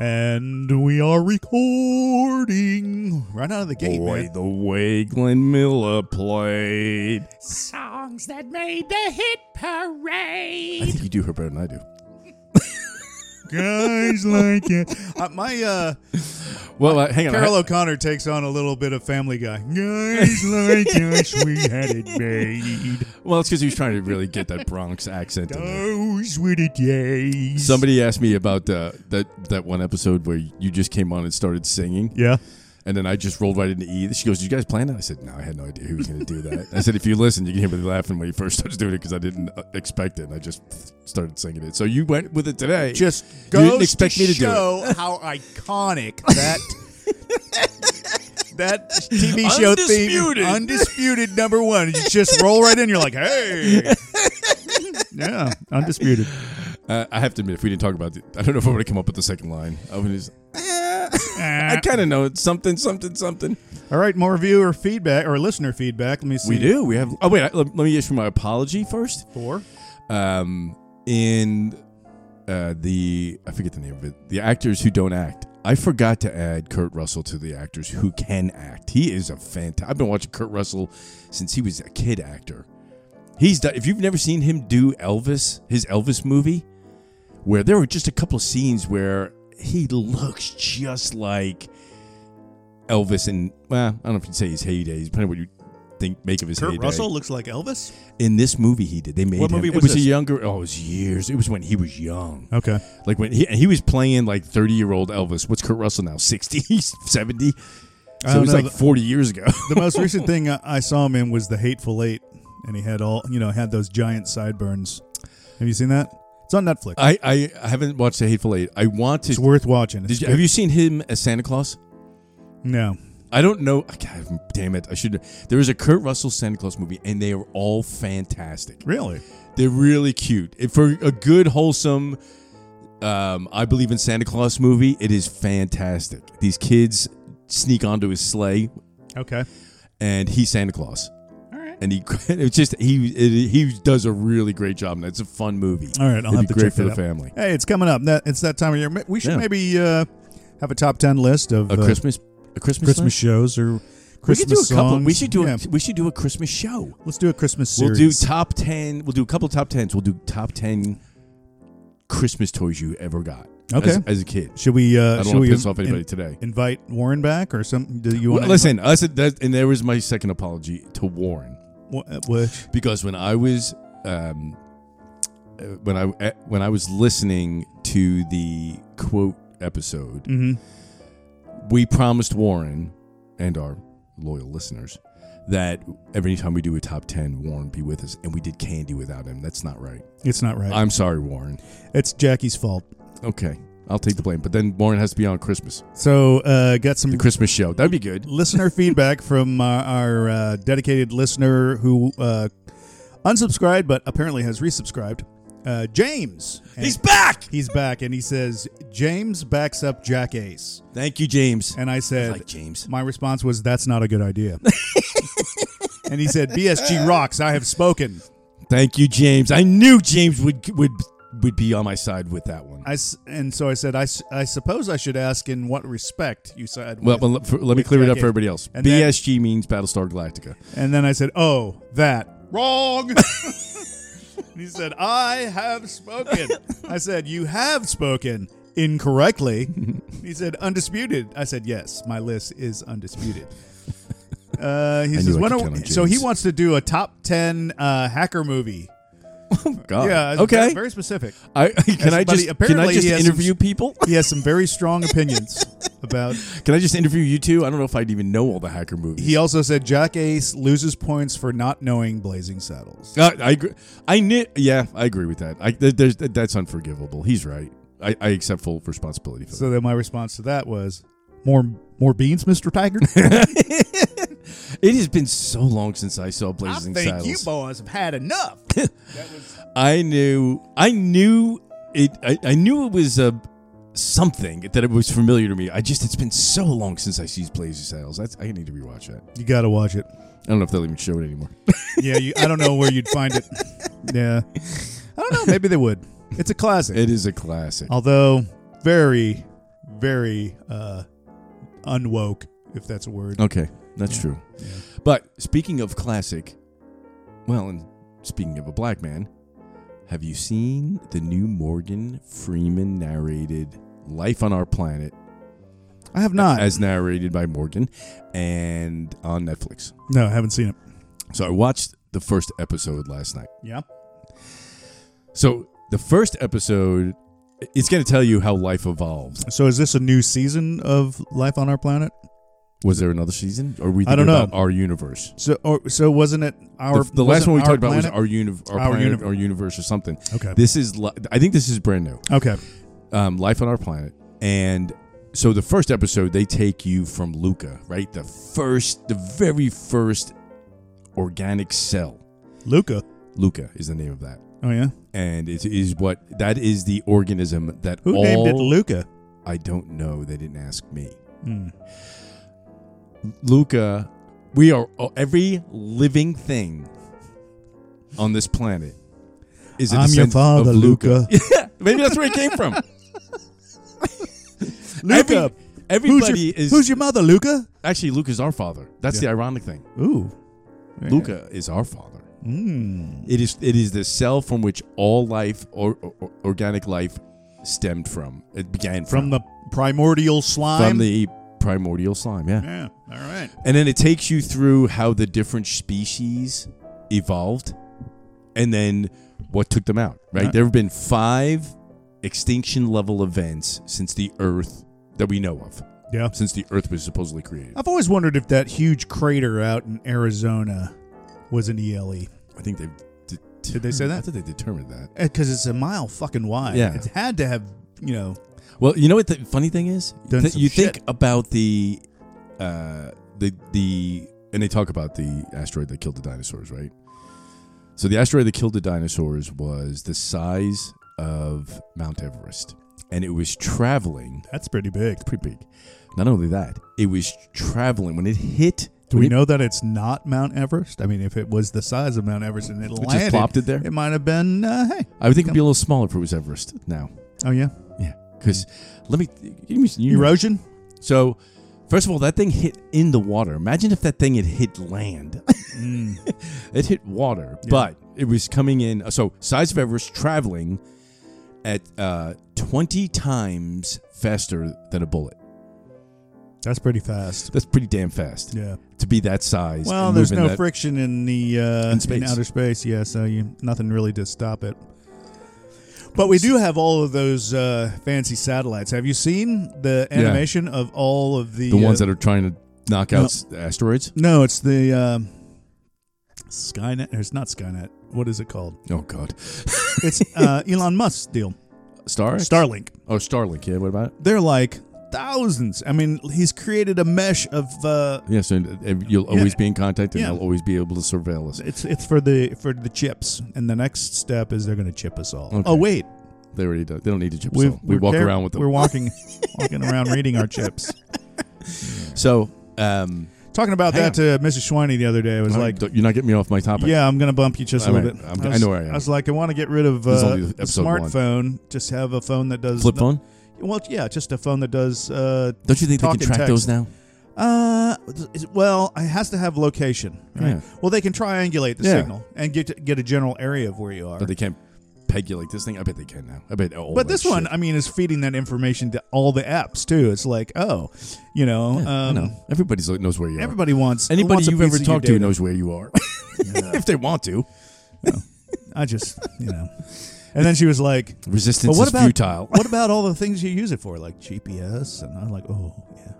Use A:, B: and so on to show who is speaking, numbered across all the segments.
A: And we are recording right out of the gate,
B: Boy,
A: man.
B: the way Glenn Miller played.
C: Songs that made the hit
B: I
C: parade.
B: think you do her better than I do.
A: Guys like it. Uh, my uh,
B: Well, uh, hang on.
A: Carol
B: I,
A: O'Connor takes on a little bit of Family Guy. Guys like us, we had it made.
B: well, it's because he was trying to really get that Bronx accent. In there.
A: Those were the days.
B: Somebody asked me about uh, that that one episode where you just came on and started singing,
A: Yeah.
B: and then I just rolled right into E. She goes, "Did you guys plan that?" I said, "No, I had no idea who was going to do that." I said, "If you listen, you can hear me laughing when he first starts doing it because I didn't uh, expect it, and I just started singing it." So you went with it today.
A: Just
B: You
A: goes
B: didn't expect
A: to
B: me to do it.
A: show how iconic that that TV show
B: Undisputed.
A: theme, undisputed number one. You just roll right in. You're like, hey. Yeah, undisputed.
B: uh, I have to admit, if we didn't talk about it, I don't know if I would have come up with the second line. I would just. I kind of know it's something, something, something.
A: All right, more viewer feedback or listener feedback. Let me see.
B: We do. We have. Oh wait, I, let, let me issue my apology first.
A: four.
B: Um, in uh, the I forget the name of it. The actors who don't act. I forgot to add Kurt Russell to the actors who can act. He is a fantastic. I've been watching Kurt Russell since he was a kid actor. He's done, if you've never seen him do Elvis, his Elvis movie, where there were just a couple of scenes where he looks just like Elvis. And well, I don't know if you'd say his heyday. It's depending on what you think make of his
A: Kurt
B: heyday
A: Russell looks like Elvis.
B: in this movie he did. They made
A: What
B: him-
A: movie
B: it
A: was
B: was
A: this?
B: a younger. Oh, it was years. It was when he was young.
A: Okay.
B: Like when he, he was playing like thirty year old Elvis. What's Kurt Russell now? 60, 70?
A: I
B: So it
A: don't
B: was
A: know.
B: like forty years ago.
A: The most recent thing I- I saw him in was The Hateful Eight, and he had all you know had those giant sideburns. Have you seen that? It's on Netflix.
B: I, I I haven't watched The Hateful Eight. I want to.
A: it's worth watching. It's
B: Did you,
A: good.
B: have you seen him as Santa Claus?
A: No.
B: I don't know. God, damn it! I should. There was a Kurt Russell Santa Claus movie, and they are all fantastic.
A: Really?
B: They're really cute. If for a good wholesome um, I believe in Santa Claus movie, it is fantastic. These kids sneak onto his sleigh
A: Okay.
B: and he's Santa Claus. And he it's just he it, he does a really great job and it's a fun movie.
A: All right, I'll
B: It'd
A: have
B: be
A: to
B: great
A: check
B: for
A: that
B: the
A: out.
B: family.
A: Hey, it's coming up. That it's that time of year. Ma- We should
B: Yeah.
A: maybe uh, have a top ten list of
B: A
A: uh,
B: Christmas a Christmas
A: Christmas
B: song?
A: shows or
B: we
A: Christmas
B: could do a couple.
A: songs.
B: We should do
A: Yeah.
B: a, we should do a Christmas show.
A: Let's do a Christmas
B: We'll
A: series.
B: do top 10. We'll do a couple top 10s. We'll do top 10 Christmas toys you ever got
A: Okay.
B: as, as a kid.
A: should we? Uh,
B: I don't
A: should
B: want
A: we
B: to piss off
A: in-
B: anybody today.
A: invite Warren back or something? Do you
B: Well,
A: want
B: listen, I said that, and there was my second apology to Warren
A: uh, Which?
B: because when I was um, uh, when I eh, when I was listening to the quote episode,
A: Mm-hmm.
B: we promised Warren and our loyal listeners that every time we do a top ten, Warren be with us, and we did candy without him. That's not right.
A: It's not right.
B: I'm sorry, Warren.
A: it's Jackie's fault.
B: Okay, I'll take the blame, but then Warren has to be on Christmas,
A: So, uh, got some
B: the Christmas show. That'd be good.
A: listener feedback from uh, our uh, dedicated listener who uh, unsubscribed but apparently has resubscribed, uh, James. And
B: He's back.
A: he's back and he says, James backs up Jack Ace.
B: Thank you, James.
A: And I said,
B: like James.
A: my response was, that's not a good idea. and he said, BSG rocks. I have spoken.
B: Thank you, James. I knew James would would would be on my side with that one.
A: I s- and so I said, I, s- I suppose I should ask in what respect you said.
B: well, well, let, for, let me
A: with
B: clear it
A: Jack
B: up for
A: Ace.
B: everybody else.
A: And then-
B: BSG means Battlestar Galactica.
A: And then I said, "Oh, that wrong." And he said, "I have spoken." I said, "You have spoken incorrectly." he said, "Undisputed." I said, "Yes, my list is undisputed." Uh, he
B: I
A: says,
B: knew I
A: "Why
B: could
A: don't-
B: count on
A: "So he
B: James.
A: wants to do a top ten uh, hacker movie."
B: God.
A: yeah, it's
B: Okay.
A: very- very specific.
B: I, can
A: somebody-
B: I just can I
A: apparently
B: just
A: he has
B: interview
A: some-
B: people?
A: He has some very strong opinions about.
B: Can I just interview you two? I don't know if I'd even know all the hacker movies.
A: He also said Jack Ace loses points for not knowing Blazing Saddles.
B: Uh, I agree. I knew. Yeah, I agree with that. I, th- there's, that's unforgivable. He's right. I, I accept full responsibility for that.
A: So then my response to that was more more beans, Mr. Taggart.
B: It has been so long since I saw
A: I
B: Blazing
A: think
B: Saddles.
A: you boys have had enough.
B: I knew, I knew it. I, I knew it was a something that it was familiar to me. I just it's been so long since I see Blazing Saddles. That's, I need to rewatch that.
A: you got to watch it.
B: I don't know if they'll even show it anymore.
A: Yeah, you, I don't know where you'd find it. Yeah, I don't know. Maybe they would. It's a classic,
B: It is a classic.
A: Oh. although very, very uh, unwoke, if that's a word.
B: Okay, that's true. But speaking of classic, well, and speaking of a black man, have you seen the new Morgan Freeman narrated Life on Our Planet
A: I have not.
B: as narrated by Morgan and on Netflix?
A: no, I haven't seen it.
B: So I watched the first episode last night.
A: Yeah.
B: So the first episode, it's going to tell you how life evolves.
A: So is this a new season of Life on Our Planet?
B: Was there another season? Or are we
A: I don't
B: thinking about
A: know.
B: our universe?
A: So, or, so wasn't it our
B: the the
A: wasn't
B: last one we
A: our
B: talked about was
A: planet?
B: our, univ- our,
A: Our
B: planet,
A: universe.
B: our universe or something.
A: Okay.
B: This is, li- I think this is brand new.
A: okay.
B: um, Life on Our Planet, and so the first episode they take you from Luca, right? The first, the very first organic cell.
A: Luca.
B: Luca is the name of that,
A: Oh yeah.
B: and it is what that is the organism that
A: Who
B: all.
A: named it Luca?
B: I don't know. They didn't ask me.
A: Hmm.
B: Luca, we are every living thing on this planet. Is a
A: I'm your
B: descendant of
A: father, Luca.
B: Yeah, maybe that's where it came from.
A: Luca.
B: Every,
A: Who's
B: everybody
A: your,
B: is
A: who's your mother, Luca?
B: Actually, Luke is our father. That's
A: Yeah.
B: the ironic thing.
A: Ooh.
B: Luca is our father.
A: Mm.
B: It is it is the cell from which all life or, or organic life stemmed from. It began
A: From
B: from,
A: the primordial slime.
B: from the primordial slime. Yeah.
A: yeah. All right.
B: And then it takes you through how the different species evolved and then what took them out, right?
A: Yeah.
B: There have been 5 extinction level events since the earth that we know of,
A: Yeah.
B: since the earth was supposedly created.
A: I've always wondered if that huge crater out in Arizona was an E ELE.
B: I think they
A: Did they say
B: I
A: that?
B: thought they determined that.
A: Because Eh, it's a mile fucking wide.
B: Yeah.
A: It had to have, you know.
B: Well, you know what the funny thing is?
A: Done
B: Th-
A: some
B: you
A: shit.
B: think about the uh the the and they talk about the asteroid that killed the dinosaurs, right? So the asteroid that killed the dinosaurs was the size of Mount Everest and it was traveling
A: That's pretty big.
B: pretty big. Not only that, it was traveling when it hit
A: Do we
B: when it-
A: know that it's not Mount Everest? I mean, if it was the size of Mount Everest and it
B: just
A: landed,
B: plopped it there?
A: It might have been, uh, hey,
B: I would think it'd be a little smaller if it was Everest now.
A: oh yeah,
B: Yeah. Cuz
A: Mm-hmm.
B: let me give me you know-
A: erosion.
B: So, first of all, that thing hit in the water. Imagine if that thing had hit land.
A: Hmm.
B: it hit water, but it was coming in. So, size of Everest traveling at uh, 20 times faster than a bullet.
A: That's pretty fast.
B: That's pretty damn fast
A: Yeah.
B: to be that size.
A: Well,
B: and
A: there's
B: moving
A: no
B: that-
A: friction in the uh,
B: In space.
A: outer space, yeah. So you nothing really to stop it. But we do have all of those uh, fancy satellites. Have you seen the
B: Yeah.
A: animation of all of the
B: The
A: uh,
B: ones that are trying to knock out
A: No.
B: s asteroids.
A: No, it's the um Skynet. Or it's not Skynet. What is it called?
B: Oh, God.
A: It's uh, Elon Musk's deal,
B: Star?
A: Starlink.
B: oh, Starlink. Yeah, what about it?
A: They're like thousands. I mean, he's created a mesh of. Uh,
B: Yeah, so uh, you'll always be in contact and
A: Yeah.
B: they'll always be able to surveil us.
A: it's it's for the for the chips, and the next step is they're going to chip us all.
B: Okay.
A: Oh wait,
B: They already do. They don't need to chip us
A: We've-
B: all. We
A: we're
B: walk
A: car-
B: around with them.
A: We're walking, walking around reading our chips.
B: so, um,
A: Talking about
B: Hang
A: that to Mrs. Schwiney the other day. I was
B: All
A: like,
B: right, don't- you're not getting me off my topic.
A: "Yeah, I'm going to bump you just a
B: All
A: little
B: right,
A: bit."
B: I'm- I
A: was,
B: know where I am.
A: was like, "I want to get rid of
B: This is
A: uh,
B: only
A: the
B: episode one.
A: smartphone. Just have a phone that does
B: Flip phone?
A: Well, yeah, just a phone that does. Uh,
B: Don't you think
A: Talk and
B: they can track
A: text.
B: those now?
A: uh, is- well, it has to have location. Right?
B: Yeah.
A: Well, they can triangulate the
B: Yeah.
A: signal and get get a general area of where you are.
B: But they can't pegulate this thing? I bet they can now. I bet all
A: But
B: that
A: this one,
B: shit.
A: I mean, is feeding that information to all the apps too. It's like, oh, you know,
B: Yeah,
A: um,
B: I know. Everybody's like knows where you are.
A: everybody wants
B: Anybody
A: wants a
B: you've
A: piece
B: ever
A: of your
B: talked to
A: data.
B: knows where you are. if they want to.
A: I just, you know. And then she was like,
B: Resistance
A: "But what
B: is
A: about
B: futile.
A: what about all the things you use it for, like GPS?" And I'm like, "Oh, yeah."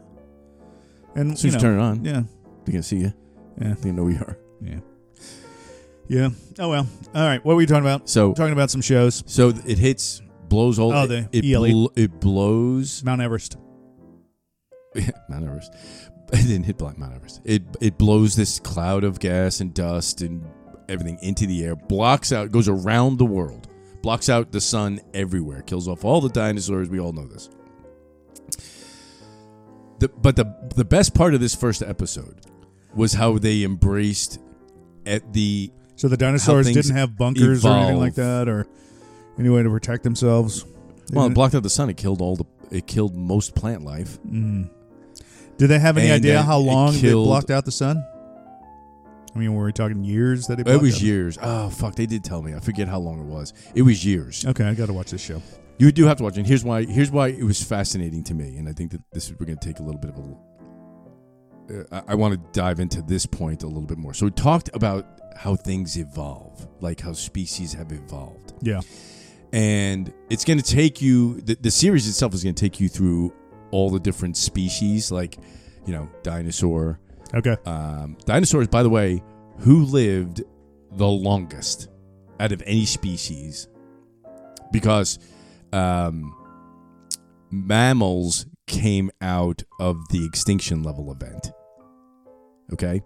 A: And
B: As soon
A: you
B: as you
A: know,
B: turn it on,
A: yeah,
B: they can see you.
A: Yeah.
B: They know where you are.
A: yeah, yeah. Oh well. All right. What were we talking about?
B: So,
A: Talking about some shows.
B: so it hits blows all.
A: Oh, the
B: it,
A: ELE.
B: bl- it blows
A: Mount Everest.
B: Mount Everest. It didn't hit Black Mount Everest. It it blows this cloud of gas and dust and everything into the air, blocks out, goes around the world, blocks out the sun everywhere, kills off all the dinosaurs. We all know this. The, but the the best part of this first episode was how they embraced at the
A: So the dinosaurs
B: things
A: didn't have bunkers or anything like that, or any way to protect themselves. They
B: well, it
A: didn't-
B: blocked out the sun. It killed all the it killed most plant life.
A: Mm. Did they have any
B: And,
A: idea
B: uh,
A: how
B: it
A: long they
B: killed-
A: blocked out the sun? I mean, were we talking years that it blocked
B: It was
A: out?
B: years. Oh fuck, they did tell me. I forget how long it was. It was years.
A: Okay, I got to watch this show.
B: You do have to watch it. And here's why. Here's why it was fascinating to me, and I think that this we're going to take a little bit of a. Uh, I, I want to dive into this point a little bit more. So we talked about how things evolve, like how species have evolved,
A: Yeah.
B: and it's going to take you. The, the series itself is going to take you through all the different species, like you know, dinosaur.
A: Okay.
B: Um, dinosaurs, by the way, who lived the longest out of any species? Because um, mammals came out of the extinction level event. Okay,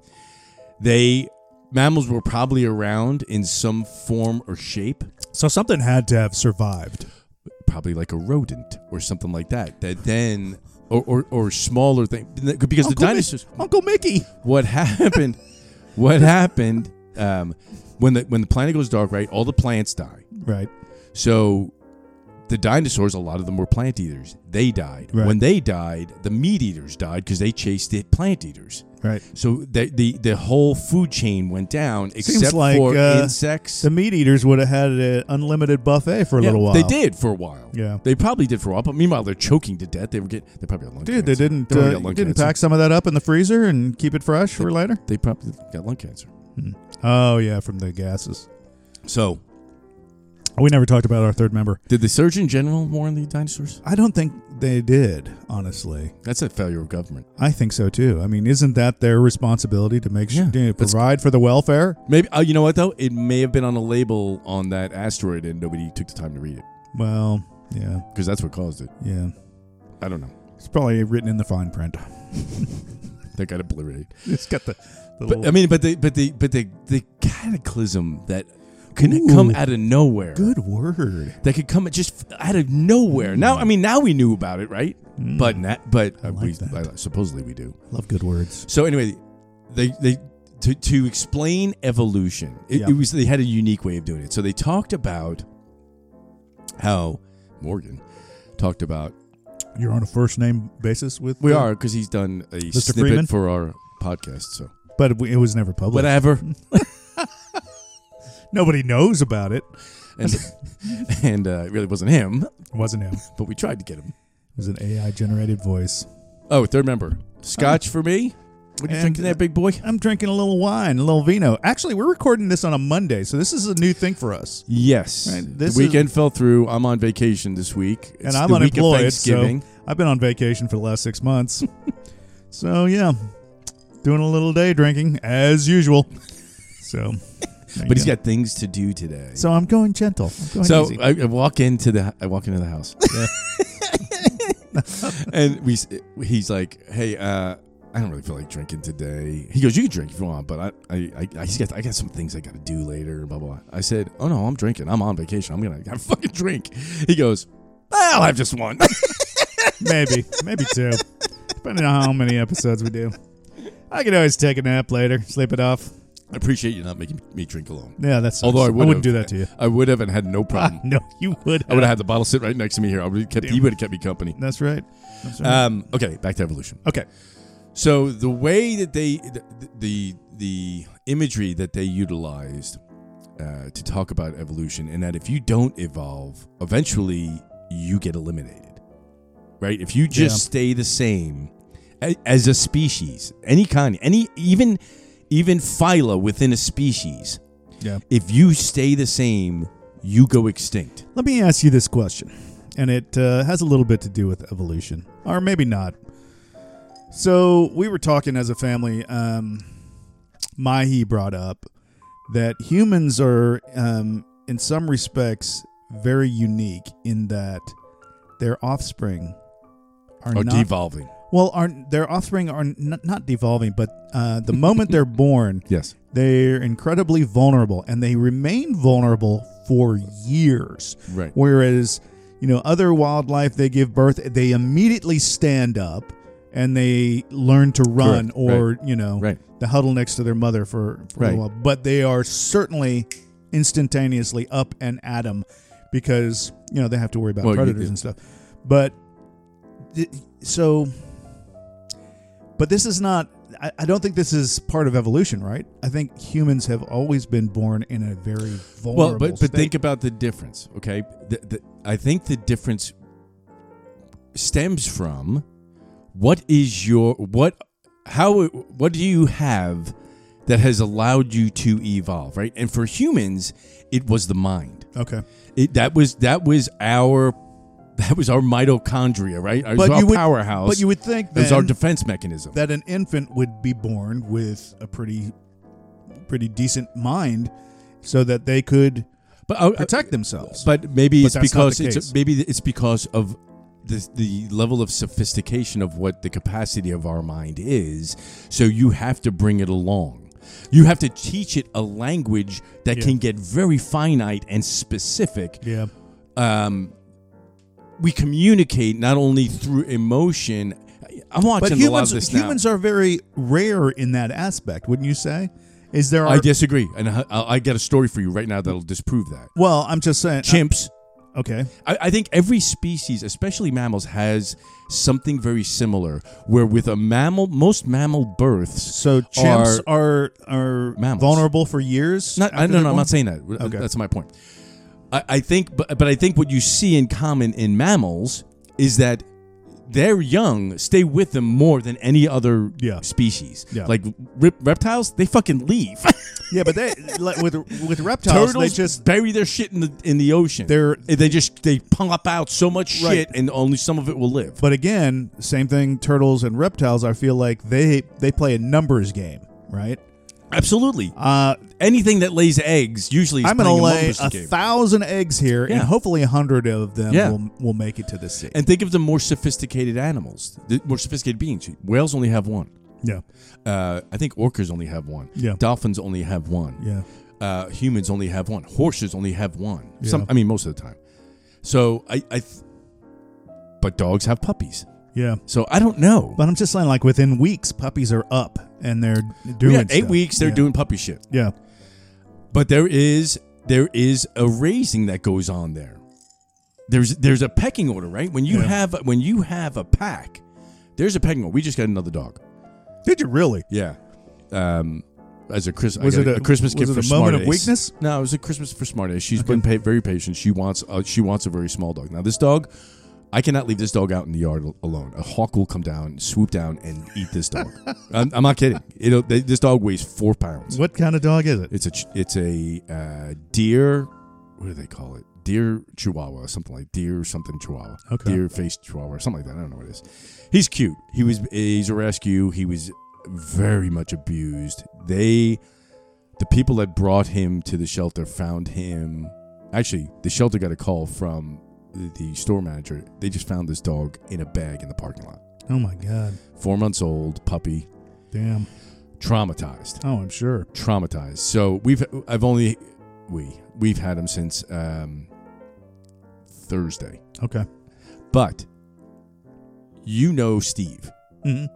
B: they mammals were probably around in some form or shape,
A: So something had to have survived.
B: probably like a rodent or something like that. That then. Or, or, or smaller thing because
A: Uncle
B: the
A: Mi-
B: dinosaurs
A: Uncle Mickey.
B: what happened what happened um, when the when the planet goes dark right all the plants die
A: Right.
B: so the dinosaurs a lot of them were plant eaters they died
A: Right.
B: when they died the meat eaters died because they chased the plant eaters
A: Right.
B: so the, the the whole food chain went down except
A: like,
B: for
A: uh,
B: insects
A: The meat eaters would have had an unlimited buffet for a
B: Yeah,
A: little while.
B: they did for a while
A: Yeah.
B: they probably did for a while but meanwhile they're choking to death they were getting they probably got lung
A: Dude, they
B: cancer.
A: didn't
B: probably
A: uh,
B: got lung
A: didn't
B: cancer.
A: pack some of that up in the freezer and keep it fresh for later.
B: they probably got lung cancer
A: Oh yeah, from the gases.
B: so
A: We never talked about our third member.
B: did the surgeon general warn the dinosaurs
A: I don't think they did, honestly.
B: that's a failure of government
A: I think so too. I mean, isn't that their responsibility to make sure
B: Yeah,
A: to
B: that's-
A: provide for the welfare?
B: Maybe uh, you know what though? It may have been on a label on that asteroid, and nobody took the time to read it
A: Well, yeah,
B: because that's what caused it.
A: yeah.
B: I don't know.
A: It's probably written in the fine print.
B: That got obliterated.
A: It's got the, the
B: But I
A: little-
B: mean, but the but the but the the cataclysm that could come
A: Ooh.
B: out of nowhere.
A: good word.
B: That could come just out of nowhere. Now, I mean, now we knew about it, right? But not, but
A: Mm. I like
B: we,
A: that.
B: I- supposedly we do.
A: Love good words.
B: So anyway, they they to, to explain evolution, it,
A: Yeah.
B: it was they had a unique way of doing it. So they talked about how Morgan talked about
A: You're on a first name basis with
B: We
A: the-
B: are because he's done a snippet
A: Freeman?
B: for our podcast. So
A: but we- it was never published.
B: whatever,
A: Nobody knows about it.
B: and and uh, it really wasn't him,
A: It wasn't him. It
B: but we tried to get him.
A: was an AI generated voice.
B: Oh, third member, scotch for me. What are you
A: And-
B: drinking there, big boy?
A: I'm drinking a little wine, a little vino. Actually, we're recording this on a Monday, so this is a new thing for us.
B: Yes,
A: Right,
B: the
A: this is-
B: weekend fell through. I'm on vacation this week, It's
A: and I'm
B: the week of
A: unemployed, so
B: Thanksgiving.
A: I've been on vacation for the last six months. so yeah, doing a little day drinking as usual. So,
B: but he's got things to do today.
A: So I'm going gentle. I'm going
B: So
A: easy.
B: I, I walk into the I walk into the house, and we s- he's like, "Hey, uh, I don't really feel like drinking today." He goes, "You can drink if you want, but I I I, I just got I got some things I got to do later." and Blah blah. blah. I said, "Oh no, I'm drinking. I'm on vacation. I'm gonna have a fucking drink." He goes, "I'll have just one."
A: maybe, maybe two, depending on how many episodes we do. I could always take a nap later, sleep it off.
B: I appreciate you not making me drink alone.
A: Yeah, that's
B: Although I, would
A: wouldn't do that to you.
B: I would have and had no problem.
A: No, you would.
B: I would have had the bottle sit right next to me here. I would have kept. You would have kept me company.
A: That's right. That's right.
B: Um, okay, back to evolution.
A: okay.
B: So the way that they the the, the imagery that they utilized uh, to talk about evolution, and that if you don't evolve, eventually you get eliminated, right? If you just
A: Yeah.
B: stay the same a- as a species, any kind, any even even phyla within a species,
A: Yeah.
B: if you stay the same, you go extinct.
A: Let me ask you this question, and it uh, has a little bit to do with evolution, or maybe not. So we were talking as a family. Um, Mahi brought up that humans are, um, in some respects, very unique in that their offspring are
B: Or
A: not
B: devolving.
A: well aren't their offspring are n- not devolving, but uh, the moment they're born,
B: Yes.
A: they're incredibly vulnerable and they remain vulnerable for years.
B: Right.
A: Whereas, you know, other wildlife, they give birth, they immediately stand up and they learn to run
B: Correct.
A: or, you know,
B: Right.
A: they huddle next to their mother for, for
B: Right.
A: a while. But they are certainly instantaneously up and at 'em because, you know, they have to worry about
B: Well, you
A: predators
B: do.
A: and stuff. But th- so, but this is not. I, I don't think this is part of evolution, right? I think humans have always been born in a very vulnerable.
B: Well, but but
A: state.
B: think about the difference. Okay, the, the, I think the difference stems from what is your what how what do you have that has allowed you to evolve, right? And for humans, it was the mind.
A: okay,
B: It, that was that was our that was our mitochondria, right? It was our powerhouse.
A: But you would think
B: it was our
A: then
B: defense mechanism.
A: that an infant would be born with a pretty, pretty decent mind, so that they could
B: but uh, uh,
A: protect themselves.
B: But maybe
A: But
B: it's
A: that's not
B: because
A: the
B: it's
A: case.
B: maybe it's because of the the level of sophistication of what the capacity of our mind is. So you have to bring it along. You have to teach it a language that
A: Yeah.
B: can get very finite and specific.
A: yeah,
B: Um, we communicate not only through emotion. I'm watching
A: but
B: a lot of
A: humans
B: this now.
A: humans are very rare in that aspect, wouldn't you say? Is there?
B: I
A: are-
B: disagree, and I, I got a story for you right now that'll disprove that.
A: Well, I'm just saying.
B: Chimps.
A: okay.
B: I, I think every species, especially mammals, has something very similar. Where with a mammal, most mammal births,
A: So chimps are are,
B: Mammals.
A: vulnerable for years.
B: not I,
A: after
B: no,
A: they're
B: no, I'm
A: born?
B: not saying that.
A: Okay.
B: That's my point. I, I think, but, but I think what you see in common in mammals is that their young stay with them more than any other
A: Yeah.
B: species.
A: Yeah.
B: Like rip, reptiles, they fucking leave.
A: Yeah, but they like, with with reptiles,
B: Turtles
A: they just
B: bury their shit in the in the ocean.
A: They're-
B: they just they pump out so much
A: Right.
B: shit, and only some of it will live.
A: But again, same thing. Turtles and reptiles. I feel like they they play a numbers game, right?
B: Absolutely.
A: Uh,
B: anything that lays eggs usually is
A: I'm
B: playing
A: gonna lay
B: numbers
A: a
B: game.
A: thousand eggs here,
B: Yeah.
A: and hopefully a hundred of them
B: Yeah.
A: will will make it to the sea.
B: and think of the more sophisticated animals, the more sophisticated beings. Whales only have one.
A: yeah,
B: Uh, I think orcas only have one.
A: Yeah.
B: Dolphins only have one.
A: yeah,
B: Uh, humans only have one. Horses only have one. Some,
A: Yeah.
B: I mean, most of the time. So I, I th- but dogs have puppies.
A: yeah.
B: So I don't know.
A: But I'm just saying, like within weeks, puppies are up and they're doing
B: yeah, eight
A: stuff.
B: weeks they're
A: Yeah.
B: doing puppy shit.
A: Yeah,
B: But there is there is a raising that goes on there. There's there's a pecking order, right? When you
A: Yeah.
B: have when you have a pack, there's a pecking order. We just got another dog.
A: did you really?
B: Yeah. Um, as a Chris, I
A: Was
B: got
A: it a- was
B: Christmas gift
A: it
B: for
A: a moment of
B: Smart Ace.
A: weakness?
B: No, it was a Christmas for smart ass. She's been pa- very patient. She wants a, she wants a very small dog. Now this dog, I cannot leave this dog out in the yard al- alone. A hawk will come down, swoop down, and eat this dog. I'm, I'm not kidding. It'll, th- this dog weighs four pounds.
A: What kind of dog is it?
B: It's a ch- it's a uh, deer. What do they call it? Deer Chihuahua, something like deer something Chihuahua,
A: Okay.
B: deer faced Chihuahua, or something like that. I don't know what it is. He's cute. He was he's a rescue. He was very much abused. They, the people that brought him to the shelter, found him. Actually, the shelter got a call from the- the store manager. They just found this dog in a bag in the parking lot.
A: Oh my god,
B: Four months old puppy,
A: damn!
B: traumatized
A: Oh, I'm sure.
B: traumatized. So we've I've only we we've had him since um, Thursday.
A: Okay.
B: But you know Steve.
A: hmm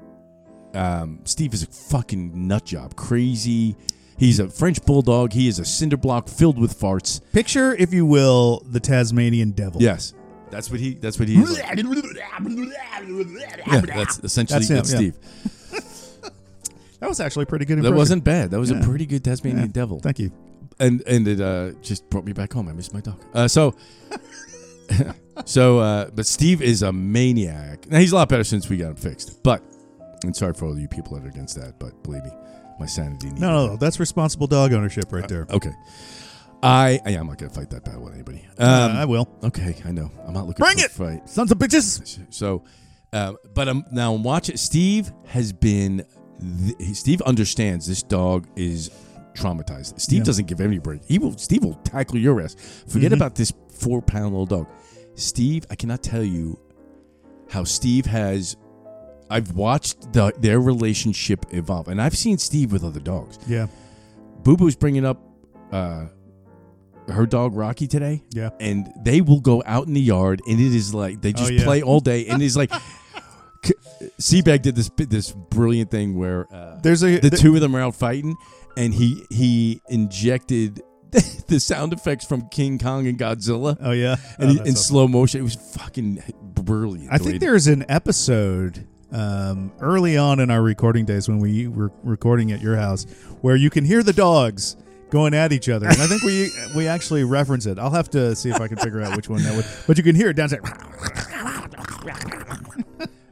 B: Um, Steve is a fucking nut job, crazy. He's a French bulldog. He is a cinder block filled with farts.
A: Picture, if you will, the Tasmanian devil.
B: Yes, that's what he. That's what he is. like. Yeah, that's essentially
A: That's
B: that's,
A: him, yeah.
B: Steve.
A: that was actually a pretty good.
B: That
A: Impression.
B: wasn't bad. That was
A: Yeah.
B: a pretty good Tasmanian
A: Yeah.
B: devil.
A: Thank you.
B: and and it uh, just brought me back home. I missed my dog. Uh, so, so uh, but Steve is a maniac. Now he's a lot better since we got him fixed. But and sorry for all you people that are against that. But believe me, my sanity. needs
A: No, no, no, that's responsible dog ownership right there.
B: Okay. I yeah, I'm not gonna fight that battle with anybody.
A: Uh, I
B: Um,
A: will.
B: okay, I know. I'm not looking
A: Bring
B: for
A: it!
B: a fight.
A: Sons of bitches.
B: So, uh, but I'm now I'm watching. Steve has been. Th- Steve understands this dog is traumatized. Steve
A: Yeah.
B: doesn't give any break. He will. Steve will tackle your ass. Forget about this four pound little dog. Steve, I cannot tell you how Steve has. I've watched the, their relationship evolve, and I've seen Steve with other dogs.
A: Yeah.
B: Boo Boo's bringing up uh, her dog Rocky today.
A: Yeah.
B: And they will go out in the yard, and it is like they just
A: Oh, yeah.
B: play all day, and it's like. K- Seabag did this bi- this brilliant thing where uh,
A: There's a
B: the
A: th-
B: two of them are out fighting, and he he injected the sound effects from King Kong and Godzilla,
A: Oh yeah. Oh,
B: and he-
A: that's awesome.
B: in slow motion. It was fucking brilliant.
A: I
B: the way
A: think
B: they-
A: there's an episode um, early on in our recording days when we were recording at your house where you can hear the dogs going at each other, and I think we we actually reference it. I'll have to see if I can figure out which one that would. But you can hear it down there,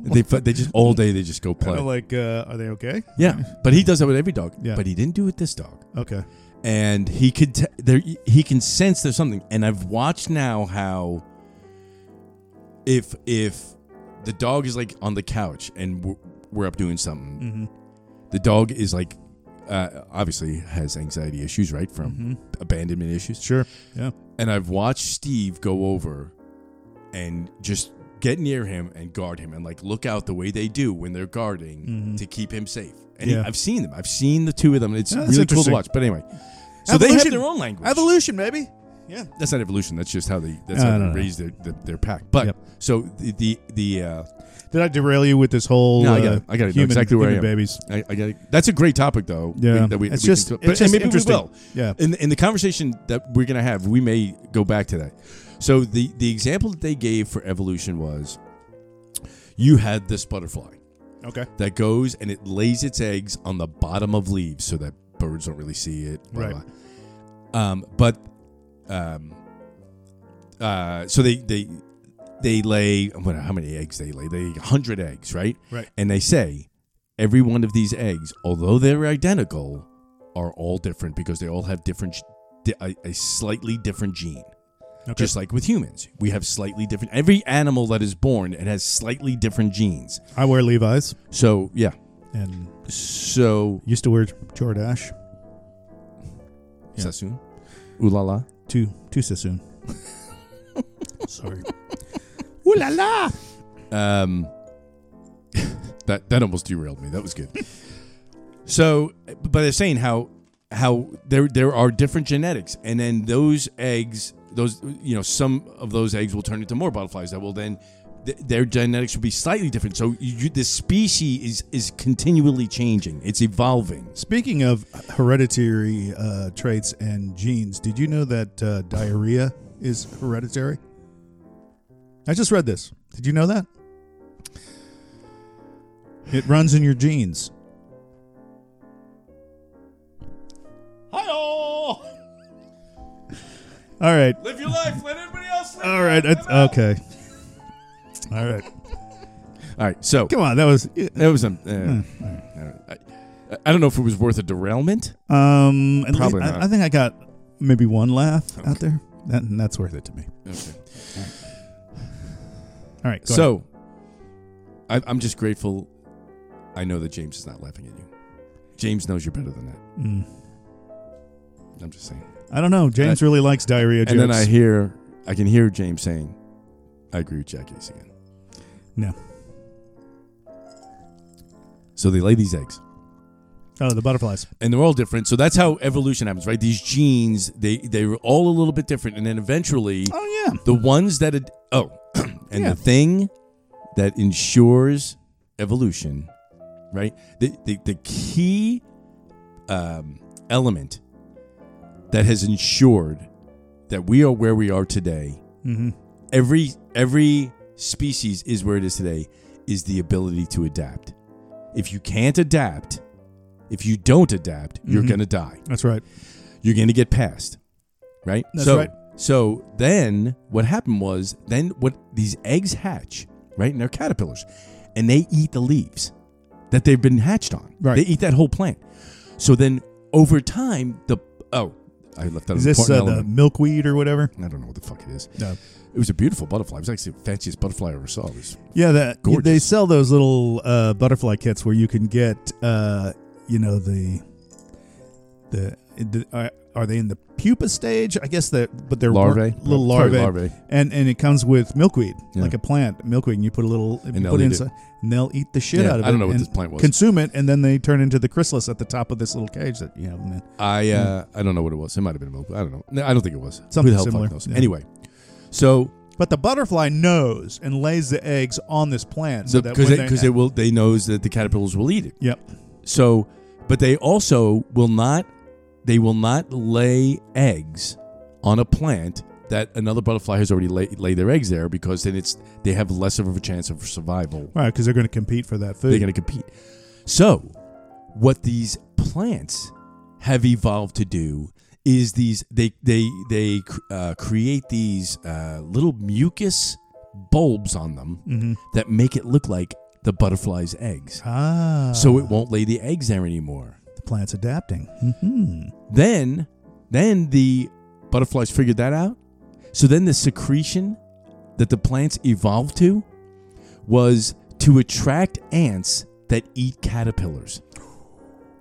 B: they fi- they just all day they just go play.
A: like, uh, are they okay?
B: yeah, but he does that with every dog.
A: Yeah.
B: But he didn't do it with this dog.
A: Okay.
B: and he could t- there he can sense there's something and i've watched now how if if the dog is like on the couch and we're, we're up doing something
A: Mm-hmm.
B: the dog is like uh, obviously has anxiety issues right from abandonment issues
A: Mm-hmm. Sure. Yeah.
B: and i've watched steve go over and just get near him and guard him and like look out the way they do when they're guarding to keep him safe and he-
A: Mm-hmm. Yeah.
B: i've seen them i've seen the two of them and it's
A: Yeah, that's
B: really cool to
A: interesting.
B: watch but anyway so they have their own language
A: Evolution, maybe. Yeah.
B: that's not evolution. That's just how they that's
A: No,
B: how
A: no,
B: they
A: no.
B: raise their, their their pack. But
A: Yep.
B: so the the, the uh,
A: Did I derail you with this whole?
B: no, I
A: uh,
B: got it. I got it. Know
A: human-
B: exactly where I am.
A: human babies.
B: I, I got it. That's a great topic though.
A: Yeah.
B: that we,
A: It's
B: we can
A: just-
B: talk-
A: it's
B: but- and
A: just
B: maybe
A: interesting.
B: we will.
A: Yeah.
B: In in the conversation that we're gonna have, we may go back to that. So the the example that they gave for evolution was, you had this butterfly
A: Okay.
B: that goes and it lays its eggs on the bottom of leaves so that birds don't really see it. blah,
A: Right.
B: blah. Um, but um, uh, so they they they lay what, how many eggs they lay? They hundred eggs, right?
A: Right.
B: And they say every one of these eggs, although they're identical, are all different because they all have different g- di- a, a slightly different gene.
A: Okay.
B: Just like with humans, we have slightly different. Every animal that is born, it has slightly different genes.
A: I wear Levi's
B: So yeah,
A: and
B: so
A: used to wear Jordache. Yeah.
B: Sassoon, ooh la la.
A: Too too soon. Sorry.
C: Ooh la la!
B: Um, that that almost derailed me. That was good. so, but they're saying how how there there are different genetics, and then those eggs, those you know, some of those eggs will turn into more butterflies that will then. th- Their genetics will be slightly different, so you, you, this species is is continually changing. It's evolving.
A: Speaking of hereditary uh, traits and genes, did you know that uh, diarrhea is hereditary? I just read this. Did you know that? It runs in your genes.
B: Hi-oh!
A: All right.
B: Live your life. Let everybody else live.
A: All right. I- okay. All right.
B: All right. So
A: Come on. That was.
B: that was um, uh, I, I- I don't know if it was worth a derailment.
A: Um, at
B: Probably
A: least- I,
B: not.
A: I think I got maybe one laugh out there. That, and that's worth it to me.
B: Okay.
A: All right. go ahead.
B: So, I, I'm just grateful. I know that James is not laughing at you. James knows you're better than that.
A: Mm.
B: I'm just saying.
A: I don't know. James really likes diarrhea jokes.
B: And then I hear, I can hear James saying, "I agree with Jack Ace again."
A: no.
B: So they lay these eggs,
A: Oh, the butterflies.
B: and they're all different. So that's how evolution happens, right? These genes, they they were all a little bit different, and then eventually,
A: Oh yeah.
B: the ones that ad- oh, and
A: Yeah.
B: the thing that ensures evolution, right? The the, the key um, element that has ensured that we are where we are today.
A: Mm-hmm.
B: Every every species is where it is today is the ability to adapt. If you can't adapt, if you don't adapt, you're
A: Mhm.
B: going to die
A: That's right.
B: you're going to get passed, right?
A: That's
B: so,
A: right.
B: So then what happened was then what these eggs hatch, right? And they're caterpillars, and they eat the leaves that they've been hatched on.
A: Right.
B: They eat that whole plant. So then over time, the oh, I left out
A: Is
B: an
A: this uh,
B: important
A: the
B: element.
A: milkweed or whatever?
B: I don't know what the fuck it is.
A: No.
B: It was a beautiful butterfly. It was actually the fanciest butterfly I ever saw. It was
A: Yeah, that
B: Gorgeous.
A: they sell those little uh, butterfly kits where you can get, uh, you know, the the th- uh, are they in the pupa stage? I guess that, but they're
B: Larvae?
A: little
B: Sorry,
A: larvae,
B: larvae.
A: and and it comes with milkweed,
B: Yeah.
A: like a plant milkweed. And you put a little, you
B: they'll
A: put
B: eat
A: it
B: it.
A: inside, and they'll eat the shit
B: Yeah,
A: out of it.
B: I don't know what
A: and
B: this plant was.
A: Consume it, and then they turn into the chrysalis at the top of this little cage that you have them in.
B: I uh, I don't know what it was. It might have been milk. I don't know. No, I don't think it was.
A: Hmm. Something
B: Who the hell fuck
A: similar,
B: knows?
A: yeah.
B: Anyway, so
A: But the butterfly knows and lays the eggs on this plant, so that
B: because
A: when
B: they, 'cause they will they knows that the caterpillars will eat it.
A: yep,
B: So, but they also will not they will not lay eggs on a plant that another butterfly has already laid lay their eggs there because then it's they have less of a chance of survival.
A: right, because they're going to compete for that food.
B: They're going to compete. So, what these plants have evolved to do is these they they they cr- uh, create these uh, little mucus bulbs on them that make it look like the butterfly's eggs.
A: ah,
B: So it won't lay the eggs there anymore.
A: the plant's adapting. hmm
B: Then, then the butterflies figured that out. So then the secretion that the plants evolved to was to attract ants that eat caterpillars,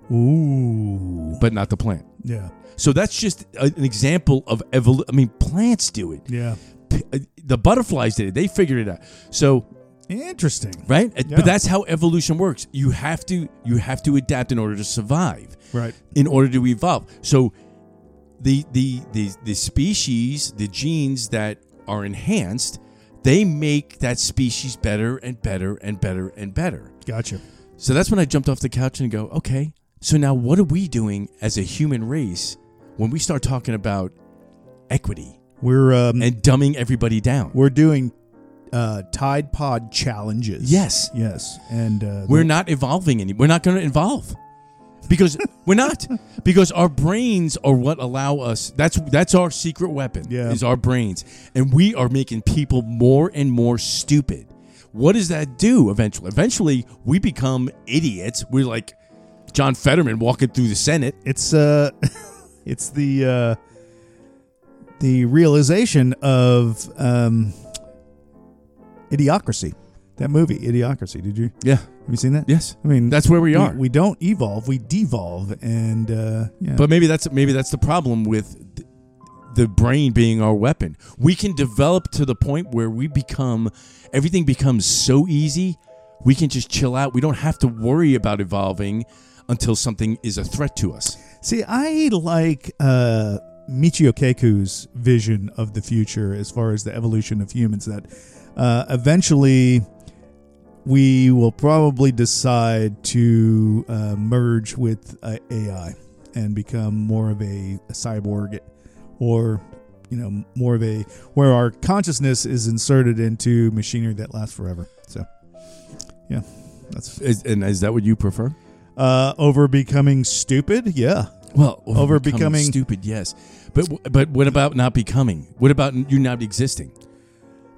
A: Hmm. Ooh,
B: but not the plant.
A: yeah,
B: So that's just a- an example of evol. I mean, plants do it.
A: yeah,
B: P- uh, The butterflies did it. They figured it out. So
A: interesting.
B: right, Uh,
A: Yeah.
B: but that's how evolution works. You have to you have to adapt in order to survive.
A: Right.
B: in order to evolve. So the the the, the species, the genes that are enhanced, they make that species better and better and better and better.
A: Gotcha.
B: So that's when I jumped off the couch and go, okay, so now what are we doing as a human race when we start talking about equity
A: We're um,
B: and dumbing everybody down?
A: we're doing uh, Tide Pod challenges.
B: Yes.
A: yes, and uh,
B: We're not evolving any. We're not going to evolve because we're not because our brains are what allow us. That's that's our secret weapon.
A: Yeah.
B: is our brains, and we are making people more and more stupid. What does that do eventually? Eventually, we become idiots. We're like John Fetterman walking through the Senate.
A: it's uh, it's the uh, the realization of um, idiocracy. That movie, Idiocracy. Did you
B: Yeah.
A: have you seen that?
B: Yes.
A: I mean
B: That's where we
A: we
B: are.
A: We don't evolve, we devolve, and uh, yeah.
B: But maybe that's maybe that's the problem with th- the brain being our weapon. We can develop to the point where we become everything becomes so easy. We can just chill out. We don't have to worry about evolving until something is a threat to us.
A: See, I like uh, Michio Kaku's vision of the future as far as the evolution of humans. That uh, eventually we will probably decide to uh, merge with uh, AI and become more of a, a cyborg, or you know, more of a where our consciousness is inserted into machinery that lasts forever. So, yeah, that's
B: Is, and is that what you prefer?
A: uh, over becoming stupid. Yeah.
B: Well,
A: Over becoming-
B: stupid, yes. But w- but what about not becoming? What about you not existing?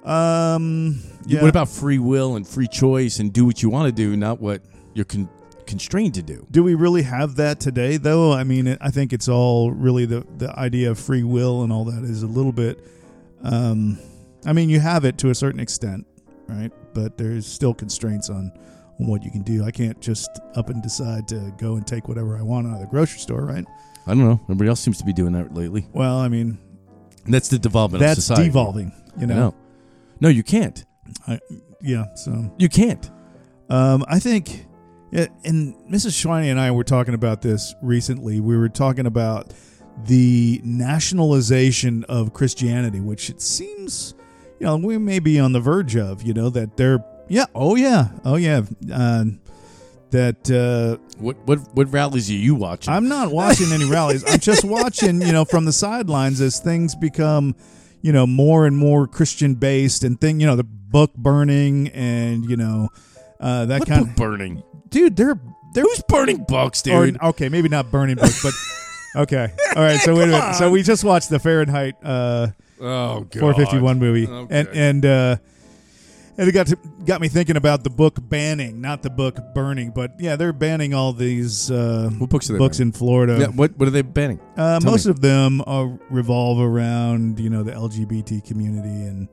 A: Um. Yeah.
B: What about free will and free choice and do what you want to do, not what you're con- constrained to do?
A: Do we really have that today, though? I mean, I think it's all really the the idea of free will and all that is a little bit. Um, I mean, you have it to a certain extent, right? But there's still constraints on on what you can do. I can't just up and decide to go and take whatever I want out of the grocery store, right?
B: I don't know. Everybody else seems to be doing that lately.
A: Well, I mean,
B: That's the development
A: that's
B: of society.
A: devolving, you know.
B: No. No, you can't.
A: I, yeah. So
B: You can't.
A: Um, I think, yeah, and Mrs. Schweine and I were talking about this recently. We were talking about the nationalization of Christianity, which it seems, you know, we may be on the verge of, you know, that they're, yeah, oh yeah, oh yeah, uh, that uh,
B: What what what rallies are you watching?
A: I'm not watching any rallies. I'm just watching, you know, from the sidelines as things become, you know, more and more Christian based and thing, you know, the book burning and, you know, uh, that
B: what
A: kind
B: book
A: of
B: burning?
A: dude, they're they're
B: Who's burning books,
A: or-
B: dude?
A: okay, maybe not burning books, but okay. All right, so wait a minute. So we just watched the Fahrenheit uh,
B: oh god.
A: 451 movie,
B: Okay.
A: and and uh, and it got to, got me thinking about the book banning, not the book burning, but yeah, they're banning all these uh,
B: What books are they
A: books in Florida.
B: Yeah, what what are they banning?
A: Uh,
B: Tell
A: most of them are, revolve around you know the LGBT community and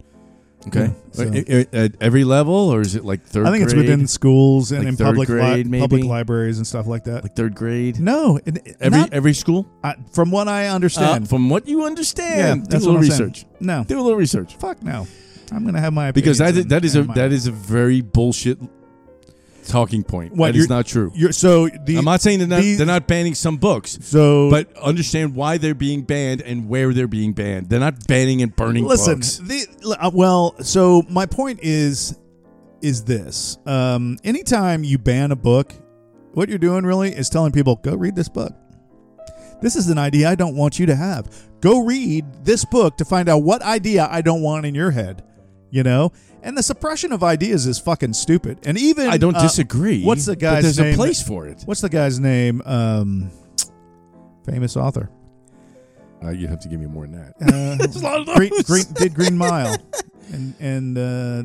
B: Okay.
A: Yeah, so-
B: Like, i- i- at every level, or is it like third?
A: I think it's
B: grade?
A: within schools and
B: Like
A: in
B: third
A: public li-
B: grade, maybe?
A: public libraries and stuff like that.
B: like third grade.
A: no, and
B: Every
A: not-
B: every school.
A: I, from what I
B: Uh,
A: understand.
B: from what you
A: yeah,
B: understand, do a
A: that's
B: little
A: what I'm saying.
B: research.
A: No,
B: Do a little research.
A: fuck no. I'm gonna have my
B: Because that
A: opinions
B: is,
A: and-
B: that is a
A: and my-
B: that is a very bullshit talking point.
A: What,
B: that is
A: you're-
B: not true.
A: You're, so the
B: I'm not saying they're not,
A: the-
B: they're not banning some books,
A: so
B: but understand why they're being banned and where they're being banned. They're not banning and burning
A: Listen,
B: books.
A: the uh, well, so my point is is this. Um anytime you ban a book, what you're doing really is telling people go read this book. This is an idea I don't want you to have. Go read this book to find out what idea I don't want in your head, you know? And the suppression of ideas is fucking stupid. And even
B: I don't
A: uh,
B: disagree.
A: what's the
B: but
A: guy's
B: There's
A: name
B: a place for it.
A: What's the guy's name? Um famous author.
B: Uh, you have to give me more than that.
A: Uh,
B: There's a lot of
A: Green,
B: those.
A: Green, did Green Mile and and uh,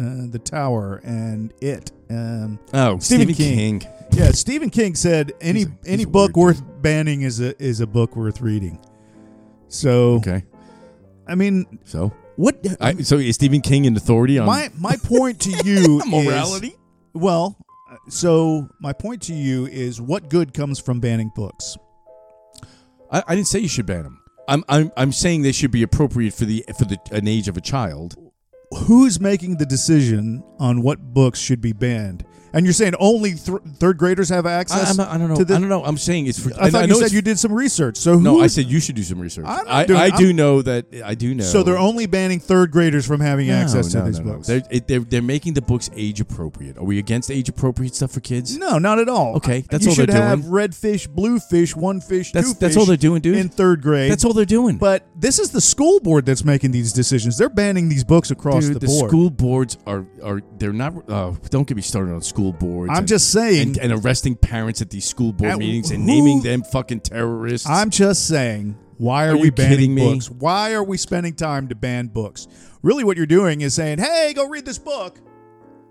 A: uh, the Tower and it. Um,
B: Oh,
A: Stephen
B: Stephen,
A: King.
B: King.
A: yeah, Stephen King said any
B: He's a- he's
A: any
B: a
A: book
B: weird
A: worth banning is a is a book worth reading. So
B: Okay,
A: I mean,
B: so
A: what
B: I, so is Stephen King an authority on
A: my my point to you is
B: morality?
A: well, uh, so my point to you is what good comes from banning books?
B: I, I didn't say you should ban them. I'm I'm I'm saying they should be appropriate for the for the an age of a child.
A: who's making the decision on what books should be banned? And you're saying only th- third graders have
B: I,
A: access?
B: I'm not- I don't know.
A: to the-
B: I don't know. I'm saying it's for.
A: I thought
B: I
A: you
B: know
A: said
B: it's-
A: you did some research. So who?
B: No, I said you should do some research.
A: I'm not
B: I,
A: doing-
B: I
A: I'm-
B: do know that. I do know.
A: so they're only banning third graders from having
B: No,
A: access to
B: no,
A: these
B: no, no.
A: books.
B: They're, it- they're they're making the books age appropriate. Are we against age appropriate stuff for kids?
A: No, not at all.
B: Okay, that's
A: you
B: all
A: should
B: they're
A: have
B: doing.
A: red fish, blue fish, one fish,
B: That's
A: two
B: that's
A: fish
B: all they're doing, dude.
A: in third grade.
B: that's all they're doing.
A: But this is the school board that's making these decisions. They're banning these books across
B: Dude,
A: the board.
B: school boards are are they're not. Uh, don't get me started on school boards.
A: I'm
B: and-
A: just saying.
B: and, and arresting parents at these school board
A: At
B: meetings and
A: who-
B: naming them fucking terrorists.
A: I'm just saying, why are,
B: Are
A: we
B: you
A: banning
B: kidding me?
A: books? Why are we spending time to ban books? Really, what you're doing is saying, "Hey, go read this book.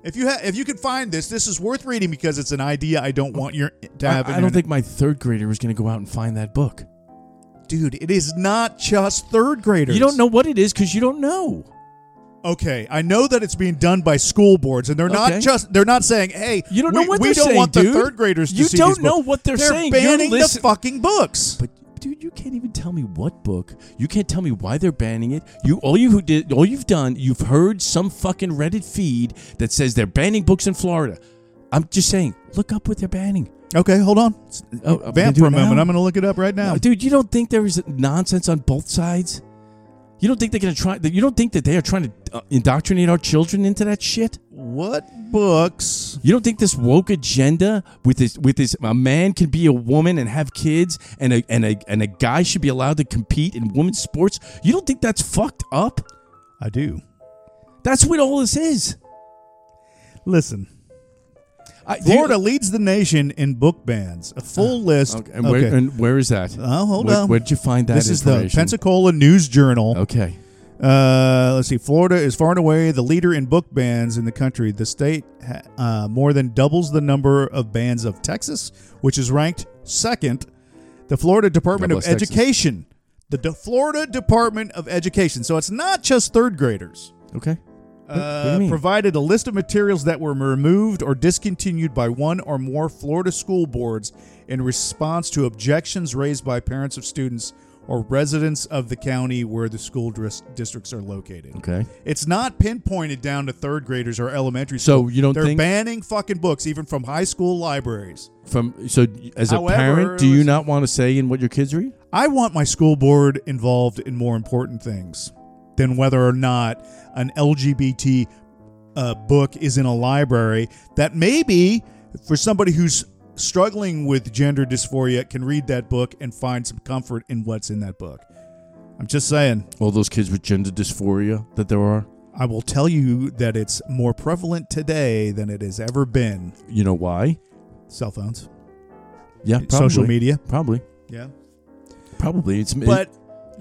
A: If you ha- if you can find this, this is worth reading because it's an idea I don't want your to
B: I,
A: have." in
B: I don't
A: your-
B: think my third grader is going to go out and find that book.
A: dude, it is not just third graders.
B: You don't know what it is because you don't know.
A: Okay, I know that it's being done by school boards, and they're not
B: Okay.
A: just they're not saying, "Hey,
B: You don't know
A: we,
B: what
A: we
B: they're
A: don't
B: saying,
A: want the
B: dude.
A: third graders to
B: You
A: see
B: don't
A: these books."
B: know what they're saying. You're
A: banning the
B: listen-
A: fucking books.
B: But dude, you can't even tell me what book. You can't tell me why they're banning it. You all you who did all you've done, you've heard some fucking Reddit feed that says they're banning books in Florida. I'm just saying, look up what they're banning.
A: okay, hold on,
B: Oh, I'm gonna
A: vamp
B: do
A: for a
B: it
A: moment.
B: now?
A: I'm going to look it up right now.
B: No, dude, you don't think there is nonsense on both sides? You don't think they're gonna try? that You don't think that they are trying to uh, indoctrinate our children into that shit?
A: what books?
B: You don't think this woke agenda with this with this a man can be a woman and have kids and a and a and a guy should be allowed to compete in women's sports? You don't think that's fucked up?
A: I do.
B: That's what all this is.
A: Listen,
B: I, do you- Ah,
A: Florida leads the nation in book bans. A full list.
B: okay, and, where, and where is that?
A: Oh, hold
B: where,
A: on.
B: Where did you find that?
A: this is the
B: information?
A: Pensacola News Journal.
B: Okay.
A: Uh, let's see. Florida is far and away the leader in book bans in the country. The state ha- uh, more than doubles the number of bans of Texas, which is ranked second. The Florida Department
B: God
A: of
B: bless Texas.
A: Education. The De- Florida Department of Education. So it's not just third graders.
B: Okay. what do you
A: Uh,
B: mean?
A: provided a list of materials that were removed or discontinued by one or more Florida school boards in response to objections raised by parents of students or residents of the county where the school dris- districts are located.
B: Okay.
A: It's not pinpointed down to third graders or elementary school.
B: So you don't
A: They're
B: think
A: banning fucking books even from high school libraries.
B: from so as a
A: However,
B: parent, do you
A: listen-
B: not want to say in what your kids read?
A: I want my school board involved in more important things than whether or not an LGBT uh, book is in a library that maybe for somebody who's struggling with gender dysphoria can read that book and find some comfort in what's in that book. I'm just saying,
B: All those kids with gender dysphoria that there are.
A: I will tell you that it's more prevalent today than it has ever been.
B: You know why?
A: Cell phones,
B: Yeah. Probably.
A: social media.
B: Probably.
A: Yeah.
B: Probably. It's
A: But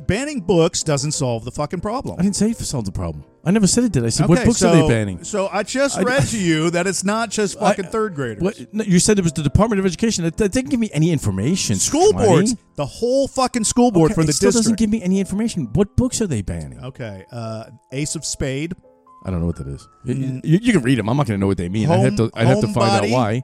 A: banning books doesn't solve the fucking problem.
B: I didn't say it solved the problem. I never said it did. I said what books
A: so,
B: are they banning?
A: So I just
B: I-
A: read to you that it's not just fucking
B: I-
A: third graders.
B: What no, you said it was the Department of Education. That, that didn't give me any information.
A: School
B: Swati.
A: boards, the whole fucking school board
B: Okay,
A: for
B: it
A: the
B: still
A: district. Oh.
B: doesn't give me any information. What books are they banning?
A: okay, uh, Ace of Spade,
B: I don't know what that is. Y- y- You, you can read them. I'm not going to know what they mean. I have to.
A: Home-
B: I have to find out
A: Mm. homebody?
B: why.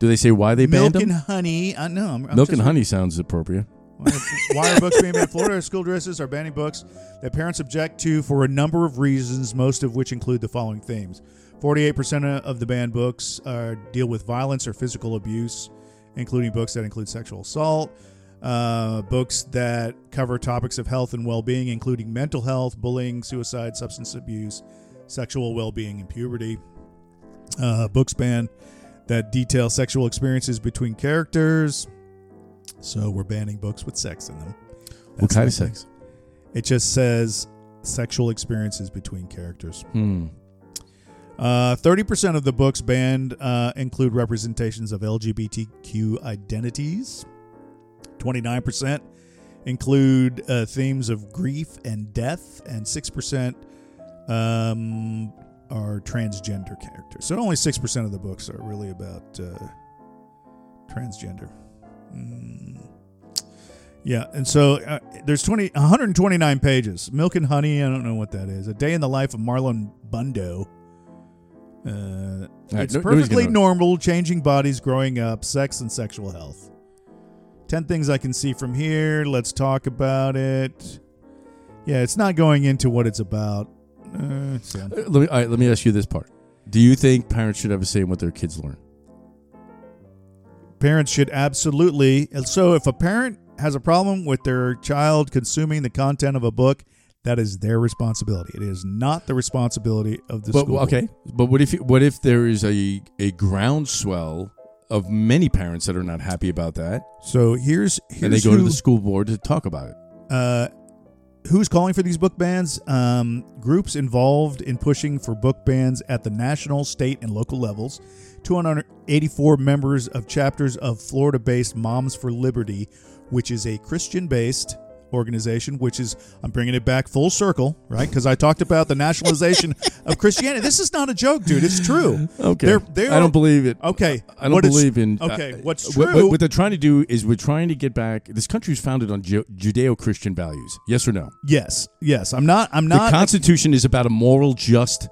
B: Do they say why they
A: Milk
B: banned them?
A: and honey. I know. I'm, I'm
B: Milk
A: just-
B: and honey sounds appropriate.
A: Why are- Why are books being banned? Florida school dresses are banning books that parents object to for a number of reasons, most of which include the following themes: forty-eight percent of the banned books are, deal with violence or physical abuse, including books that include sexual assault. Uh, books that cover topics of health and well-being, including mental health, bullying, suicide, substance abuse, sexual well-being, and puberty. Uh, books banned that detail sexual experiences between characters. So we're banning books with sex in them.
B: What
A: That's
B: kind of
A: the thing.
B: sex?
A: It just says sexual experiences between characters.
B: Hmm.
A: Uh, Thirty percent of the books banned uh, include representations of LGBTQ identities. Twenty-nine percent include uh, themes of grief and death, and six percent um, are transgender characters. So only six percent of the books are really about uh, transgender. Mm. Yeah, and so uh, there's 20, 129 pages. Milk and Honey, I don't know what that is. A Day in the Life of Marlon Bundo. Uh, it's
B: right, no- nobody's gonna
A: perfectly
B: know.
A: normal, changing bodies, growing up, sex, and sexual health. 10 things I can see from here. Let's talk about it. Yeah, it's not going into what it's about. Uh, so.
B: Uh, Let me. all right, let me ask you this part. Do you think parents should have a say in what their kids learn?
A: parents should absolutely and so if a parent has a problem with their child consuming the content of a book that is their responsibility it is not the responsibility of the
B: But
A: school board.
B: okay. But what if you- what if there is a a groundswell of many parents that are not happy about that,
A: so here's
B: and they
A: here's
B: go to
A: who-
B: the school board to talk about it?
A: uh, who's calling for these book bans? Um, groups involved in pushing for book bans at the national, state, and local levels. 284 members of chapters of Florida based Moms for Liberty, which is a Christian based organization, which is, I'm bringing it back full circle, right? Because I talked about the nationalization of Christianity. This is not a joke, dude. It's true.
B: Okay.
A: They're, they're,
B: I don't believe it.
A: Okay.
B: I don't
A: What is-
B: believe in.
A: Okay.
B: uh,
A: What's
B: what-
A: true?
B: What, what they're trying to do is we're trying to get back. This country is founded on Ju- Judeo-Christian values. Yes or no?
A: yes. Yes. I'm not, I'm not,
B: the Constitution is about a moral, just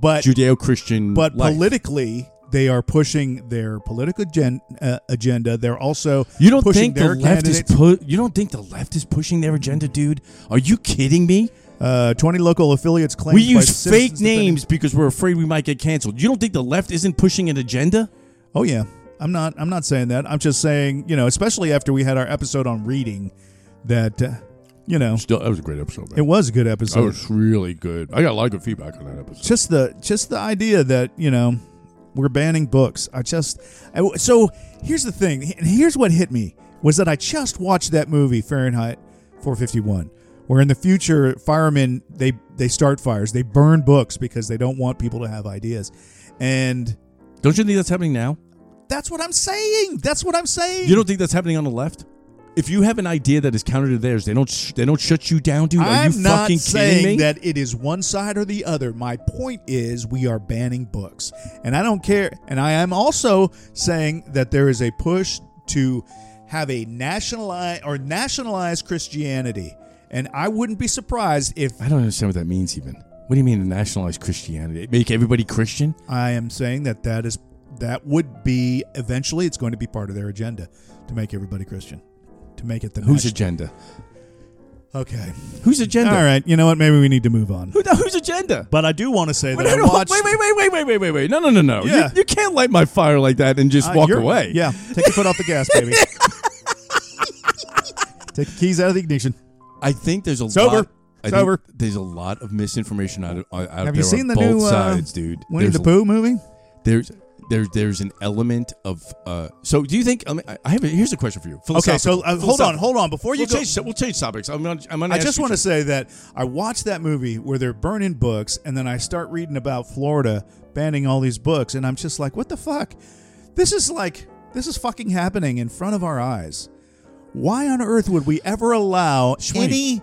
A: but
B: Judeo-Christian.
A: but
B: life.
A: politically they are pushing their political gen, uh, agenda they're also
B: you don't
A: pushing
B: think the
A: their
B: left is
A: candidates.
B: pu- you don't think the left is pushing their agenda, dude? Are you kidding me?
A: uh, 20 local affiliates claim
B: We use fake names because we're afraid we might get canceled. You don't think the left isn't pushing an agenda?
A: oh yeah i'm not i'm not saying that i'm just saying you know especially after we had our episode on reading that uh, you know
B: Still, that was a great episode.
A: it was a good episode
B: Oh, really good. I got a lot of good feedback on that episode.
A: just the just the idea that you know we're banning books i just I, so here's the thing and here's what hit me was that i just watched that movie fahrenheit 451 where in the future firemen they they start fires they burn books because they don't want people to have ideas and
B: Don't you think that's happening now?
A: that's what i'm saying that's what i'm saying
B: You don't think that's happening on the left? If you have an idea that is counter to theirs, they don't sh- they don't shut you down, dude. Are
A: i'm
B: you
A: not
B: fucking
A: saying
B: kidding me?
A: that it is one side or the other my point is we are banning books and i don't care and i am also saying that there is a push to have a nationalize or nationalize christianity and i wouldn't be surprised if
B: I don't understand what that means even. What do you mean to nationalize Christianity? Make everybody Christian?
A: i am saying that that is that would be eventually it's going to be part of their agenda to make everybody christian to make it the
B: Whose
A: nation-
B: agenda?
A: okay
B: Whose agenda?
A: all right you know what maybe we need to move on
B: Who, no, whose agenda?
A: but i do want to say that
B: Wait,
A: i
B: no, wait,
A: watched
B: wait, wait, wait, wait, wait, wait, wait. No, no, no, no.
A: Yeah.
B: You, you can't light my fire like that and just
A: Uh,
B: walk
A: you're-
B: away.
A: Yeah, take your foot off the gas, baby. take the keys out of the ignition.
B: I think there's a
A: Sober.
B: lot. I think
A: Sober.
B: There's a lot of misinformation out, out
A: Have
B: there
A: you seen
B: on
A: the
B: both
A: new uh,
B: sides, dude.
A: Winnie
B: there's
A: the Pooh movie?
B: there's there, there's an element of uh, so do you think I, mean, I- I have a, here's a question for you
A: Okay, so uh, hold on, hold on. Before
B: we'll
A: you go,
B: change we'll change topics I'm gonna, I'm gonna
A: I
B: ask
A: just
B: you
A: want to
B: something.
A: say that I watched that movie where they're burning books, and then I start reading about Florida banning all these books, and I'm just like, what the fuck? This is like, this is fucking happening in front of our eyes. Why on earth would we ever allow
B: Sweeney.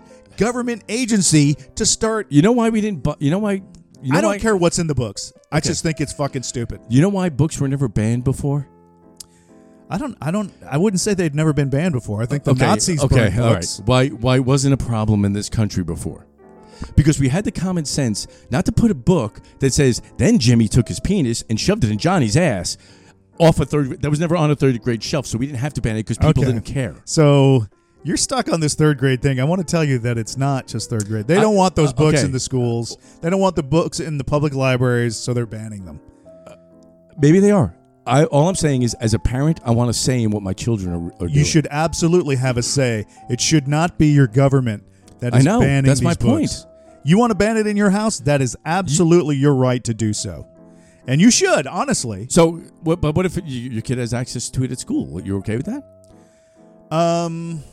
A: any government agency to start?
B: you know why we didn't bu- you know why you know
A: I don't
B: why,
A: care what's in the books. I just think it's fucking stupid.
B: you know why books were never banned before
A: I don't. I don't. I wouldn't say they'd never been banned before. I think the Nazis.
B: okay
A: burned
B: all right
A: books.
B: why why it wasn't a problem in this country before because we had the common sense not to put a book that says then Jimmy took his penis and shoved it in Johnny's ass off a third that was never on a third grade shelf, so we didn't have to ban it because people
A: Okay.
B: didn't care.
A: So you're stuck on this third grade thing. I want to tell you that it's not just third grade. They
B: I-
A: don't want those
B: uh,
A: books
B: okay.
A: in the schools. They don't want the books in the public libraries, so they're banning them.
B: Maybe they are. I all I'm saying is, as a parent, I want to say in what my children are, are
A: You
B: doing.
A: should absolutely have a say. It should not be your government that
B: I
A: is
B: know.
A: banning
B: That's
A: these
B: my point.
A: books. You want to ban it in your house? That is absolutely your right to do so, and you should honestly.
B: So, what, but what if you, your kid has access to it at school? You're okay with that?
A: Um,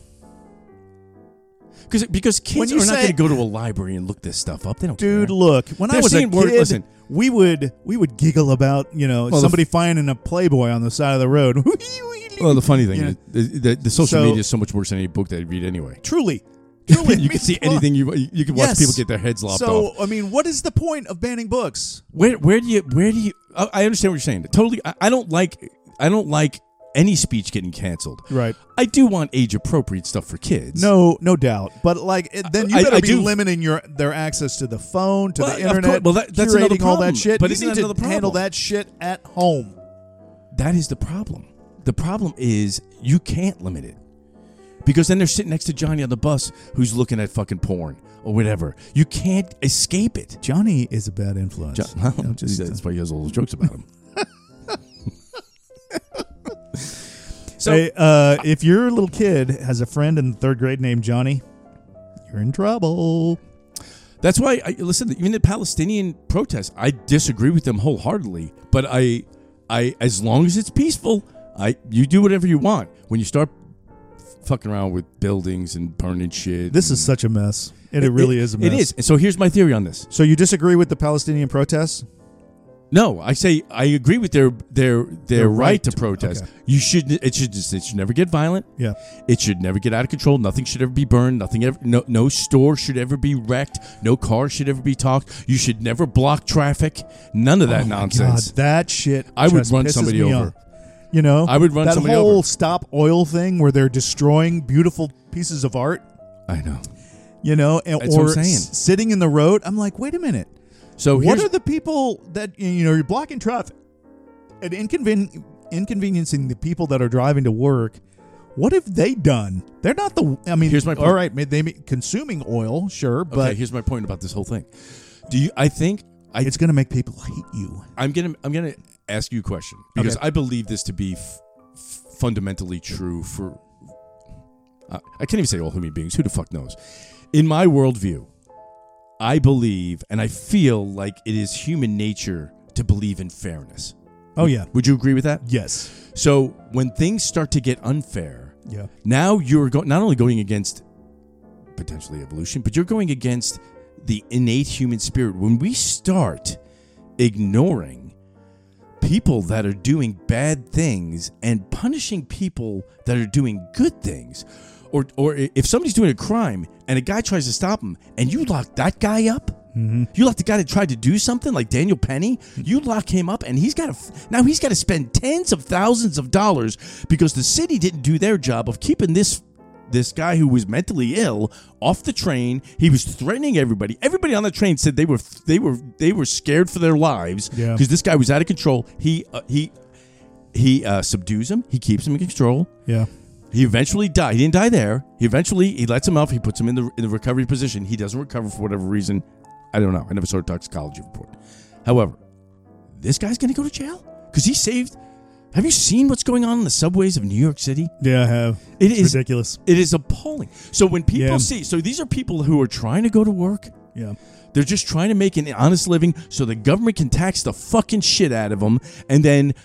B: Because because
A: When
B: kids are
A: you
B: not
A: say-
B: going to go to a library and look this stuff up. They don't.
A: dude,
B: care.
A: look. When I
B: They're
A: was a
B: saying word-
A: kid,
B: listen.
A: we would we would giggle about you know
B: Well, the
A: somebody finding a Playboy on the side of the road.
B: Well, the funny thing
A: Yeah.
B: is the, the, the social
A: So-
B: media is so much worse than any book that you read anyway.
A: truly, truly,
B: you can see
A: anything.
B: anything you you can watch
A: Yes.
B: people get their heads lopped
A: so,
B: off.
A: I mean, what is the point of banning books?
B: Where where do you where do you? I, I understand what you're saying. Totally. I, I don't like I don't like any speech getting canceled.
A: Right.
B: I do want age appropriate stuff for kids.
A: No, no doubt. But like, it, then you
B: I-
A: better
B: I
A: be
B: do-
A: limiting your their access to the phone, to
B: Well,
A: the
B: of
A: internet.
B: course. Well, that- that's
A: curating
B: another
A: all that
B: problem.
A: shit.
B: But
A: you
B: isn't
A: need
B: that
A: to
B: another
A: handle
B: problem?
A: that shit at home.
B: That is the problem. The problem is you can't limit it. Because then they're sitting next to Johnny on the bus who's looking at fucking porn or whatever. You can't escape it.
A: Johnny is a bad influence.
B: Jo-
A: I'm just-
B: that's why he has all those jokes about him. so
A: Hey, uh, if your little kid has a friend in third grade named Johnny, you're in trouble.
B: that's why I listen, even the Palestinian protests, I disagree with them wholeheartedly, but I I as long as it's peaceful, I you do whatever you want. When you start fucking around with buildings and burning shit.
A: This is such a mess, and it, really is
B: is
A: a mess.
B: It is. And so here's my theory on this.
A: So you disagree with the Palestinian protests?
B: No, I say I agree with their their their, right,
A: right
B: to
A: to-
B: protest.
A: okay.
B: You should it should just, it should never get violent.
A: Yeah.
B: It should never get out of control. Nothing should ever be burned. Nothing ever no no store should ever be wrecked. No car should ever be talked. You should never block traffic. None of
A: Oh
B: that
A: my
B: nonsense.
A: God, that shit.
B: I would
A: just
B: run
A: pisses
B: somebody
A: me
B: over.
A: off. You know,
B: I would run
A: that
B: somebody
A: whole
B: over.
A: stop oil thing where they're destroying beautiful pieces of art.
B: I know.
A: You know, and,
B: That's what
A: or
B: I'm saying.
A: s- sitting in the road. I'm like, wait a minute.
B: So
A: What
B: here's,
A: are the people that you know you're blocking traffic and inconven- inconveniencing the people that are driving to work? What have they done? They're not the. I mean,
B: Here's my
A: All
B: point.
A: right, may- they may- consuming oil, sure,
B: okay,
A: but
B: here's my point about this whole thing. Do you? I think I
A: it's going to make people hate you.
B: I'm gonna I'm gonna ask you a question because
A: Okay.
B: I believe this to be f- f- fundamentally true for uh, I can't even say all human beings. Who the fuck knows? In my worldview, I believe and I feel like it is human nature to believe in fairness.
A: Oh yeah,
B: Would you agree with that?
A: yes,
B: So when things start to get unfair,
A: yeah.
B: now you're go- not only going against potentially evolution, but you're going against the innate human spirit. When we start ignoring people that are doing bad things and punishing people that are doing good things, or, or if somebody's doing a crime and a guy tries to stop him and you lock that guy up, you lock the guy that tried to do something like Daniel Penny, you lock him up and he's got to now he's got to spend tens of thousands of dollars because the city didn't do their job of keeping this this guy who was mentally ill off the train. He was threatening everybody. Everybody on the train said they were they were they were scared for their lives because
A: Yeah.
B: this guy was out of control. He uh, he he uh, subdues him. He keeps him in control.
A: Yeah.
B: He eventually died. He didn't die there. He eventually he lets him off. He puts him in the in the recovery position. He doesn't recover for whatever reason. I don't know. I never saw a toxicology report. However, this guy's going to go to jail because he saved. Have you seen what's going on in the subways of New York City?
A: Yeah, I have.
B: It
A: it's
B: is-
A: ridiculous.
B: It is appalling. So when people
A: Yeah.
B: see, so these are people who are trying to go to work.
A: Yeah.
B: They're just trying to make an honest living so the government can tax the fucking shit out of them. And then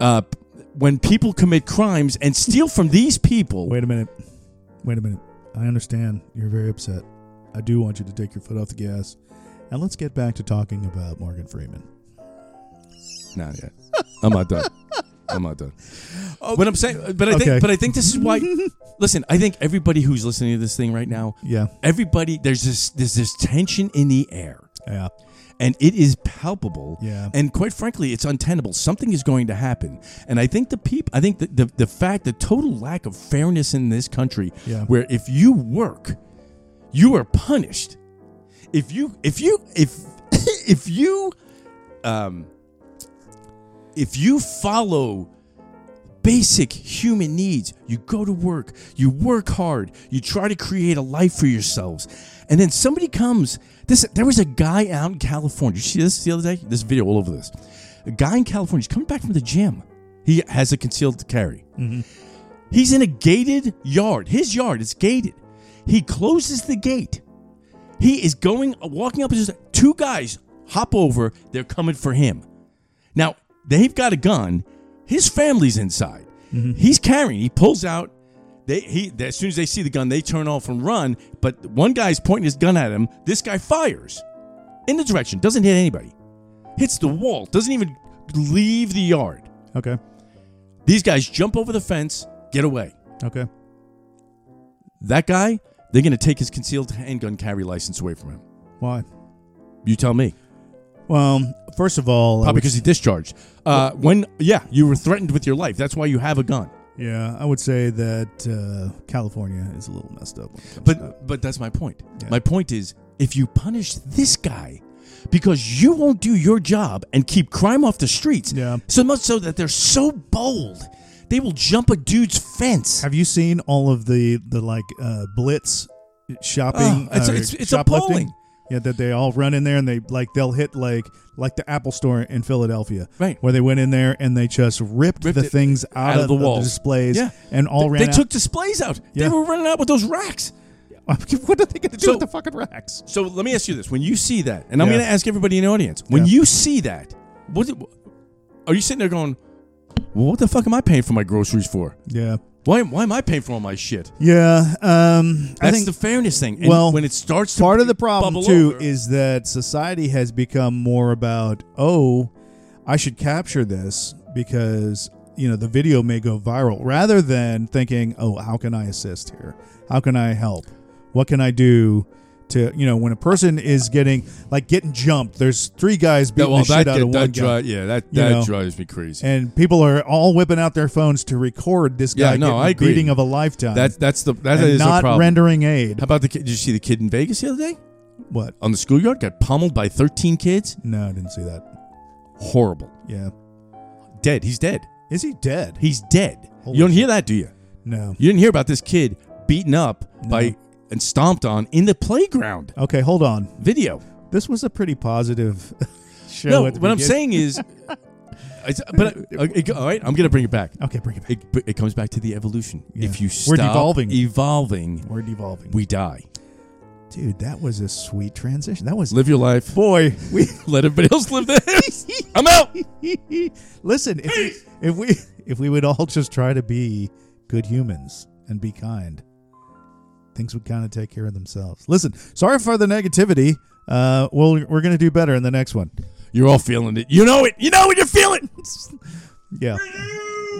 B: uh, when people commit crimes and steal from these people,
A: Wait a minute. Wait a minute. I understand you're very upset. I do want you to take your foot off the gas. And let's get back to talking about Morgan Freeman.
B: Not yet. I'm not done. I'm not done. But I'm saying, but I
A: Oh. Okay.
B: think, but I think this is why. listen, I think everybody who's listening to this thing right now,
A: Yeah.
B: everybody, there's this, there's this tension in the air,
A: Yeah.
B: and it is palpable.
A: Yeah.
B: And quite frankly, it's untenable. Something is going to happen, and I think the peop, I think the the, the fact, the total lack of fairness in this country,
A: Yeah.
B: where if you work, you are punished. if you if you if if you um if you follow basic human needs you go to work you work hard you try to create a life for yourselves and then somebody comes this there was a guy out in california you see this the other day this video all over this a guy in california he's coming back from the gym he has a concealed carry he's in a gated yard his yard is gated he closes the gate he is going, walking up. and Just two guys hop over. They're coming for him. Now they've got a gun. His family's inside. He's carrying. He pulls out. They he as soon as they see the gun, they turn off and run. But one guy's pointing his gun at him. This guy fires in the direction. Doesn't hit anybody. Hits the wall. Doesn't even leave the yard.
A: Okay.
B: These guys jump over the fence. Get away.
A: Okay.
B: That guy. They're going to take his concealed handgun carry license away from him.
A: Why?
B: You tell me.
A: Well, first of all, I
B: Probably
A: would-
B: because he discharged. Uh, when yeah, you were threatened with your life. That's why you have a gun.
A: yeah, I would say that uh, California is a little messed up. When it comes to that.
B: But but that's my point. My point is if you punish this guy because you won't do your job and keep crime off the streets,
A: Yeah.
B: so much so that they're so bold, they will jump a dude's fence.
A: have you seen all of the the like uh, blitz shopping?
B: Oh, it's-
A: uh,
B: it's- it's
A: shoplifting?
B: appalling.
A: Yeah, that they all run in there and they like they'll hit like like the Apple Store in Philadelphia,
B: Right.
A: Where they went in there and they just ripped,
B: Ripped
A: the
B: it
A: things out,
B: out of the walls.
A: displays,
B: Yeah.
A: and all
B: they
A: ran.
B: they
A: out.
B: took displays out.
A: Yeah.
B: They were running out with those racks.
A: what are they going to do
B: So-
A: with the fucking racks?
B: So let me ask you this: When you see that, and I'm
A: Yeah.
B: going to ask everybody in the audience, when
A: Yeah.
B: you see that, what are you sitting there going? Well, what the fuck am I paying for my groceries for?
A: Yeah,
B: Why, why am I paying for all my shit?
A: yeah. Um, I
B: That's
A: think
B: the fairness thing. And
A: well,
B: when it starts, to
A: part of the problem
B: bubble
A: too
B: over-
A: is that society has become more about oh i should capture this because you know the video may go viral rather than thinking oh how can i assist here how can i help what can i do to you know when a person is getting like getting jumped there's three guys beating the shit out of one guy
B: dri- yeah, that
A: You know.
B: drives me crazy.
A: and people are all whipping out their phones to record this
B: Yeah,
A: guy
B: no,
A: getting
B: I
A: the
B: agree.
A: beating of a lifetime
B: That's that's the that
A: and
B: is a
A: not
B: problem.
A: rendering aid
B: How about the kid? Did you see the kid in Vegas the other day
A: what
B: on the schoolyard? Got pummeled by 13 kids.
A: no i didn't see that
B: Horrible.
A: yeah
B: Dead. He's dead.
A: is he dead
B: He's dead.
A: Holy
B: you don't
A: shit.
B: hear that, do you?
A: no
B: You didn't hear about this kid beaten up by and stomped on in the playground
A: Okay, hold on.
B: video.
A: This was a pretty positive show.
B: no,
A: at the
B: what I'm
A: begin-
B: saying is, it's, but uh, it- all right, I'm gonna bring it back.
A: Okay, bring it back.
B: It, it comes back to the evolution.
A: Yeah.
B: If you
A: We're
B: stop
A: devolving.
B: evolving,
A: We're devolving.
B: we die.
A: Dude, that was a sweet transition. That was
B: Live your life.
A: boy. We
B: Let everybody else live theirs. I'm out.
A: listen. If, if we if we would all just try to be good humans and be kind, things would kind of take care of themselves. Listen, sorry for the negativity. Uh, well, we're gonna do better in the next one.
B: You're all feeling it. You know it. You know it. You're feeling.
A: Yeah.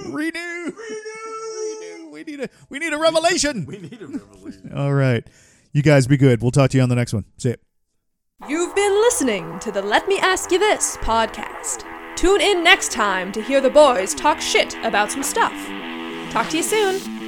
A: Renew. Renew. Renew. We need a we need a revelation. We need a revelation. all right, you guys be good. We'll talk to you on the next one. See ya.
D: You've been listening to the Let Me Ask You This podcast. Tune in next time to hear the boys talk shit about some stuff. Talk to you soon.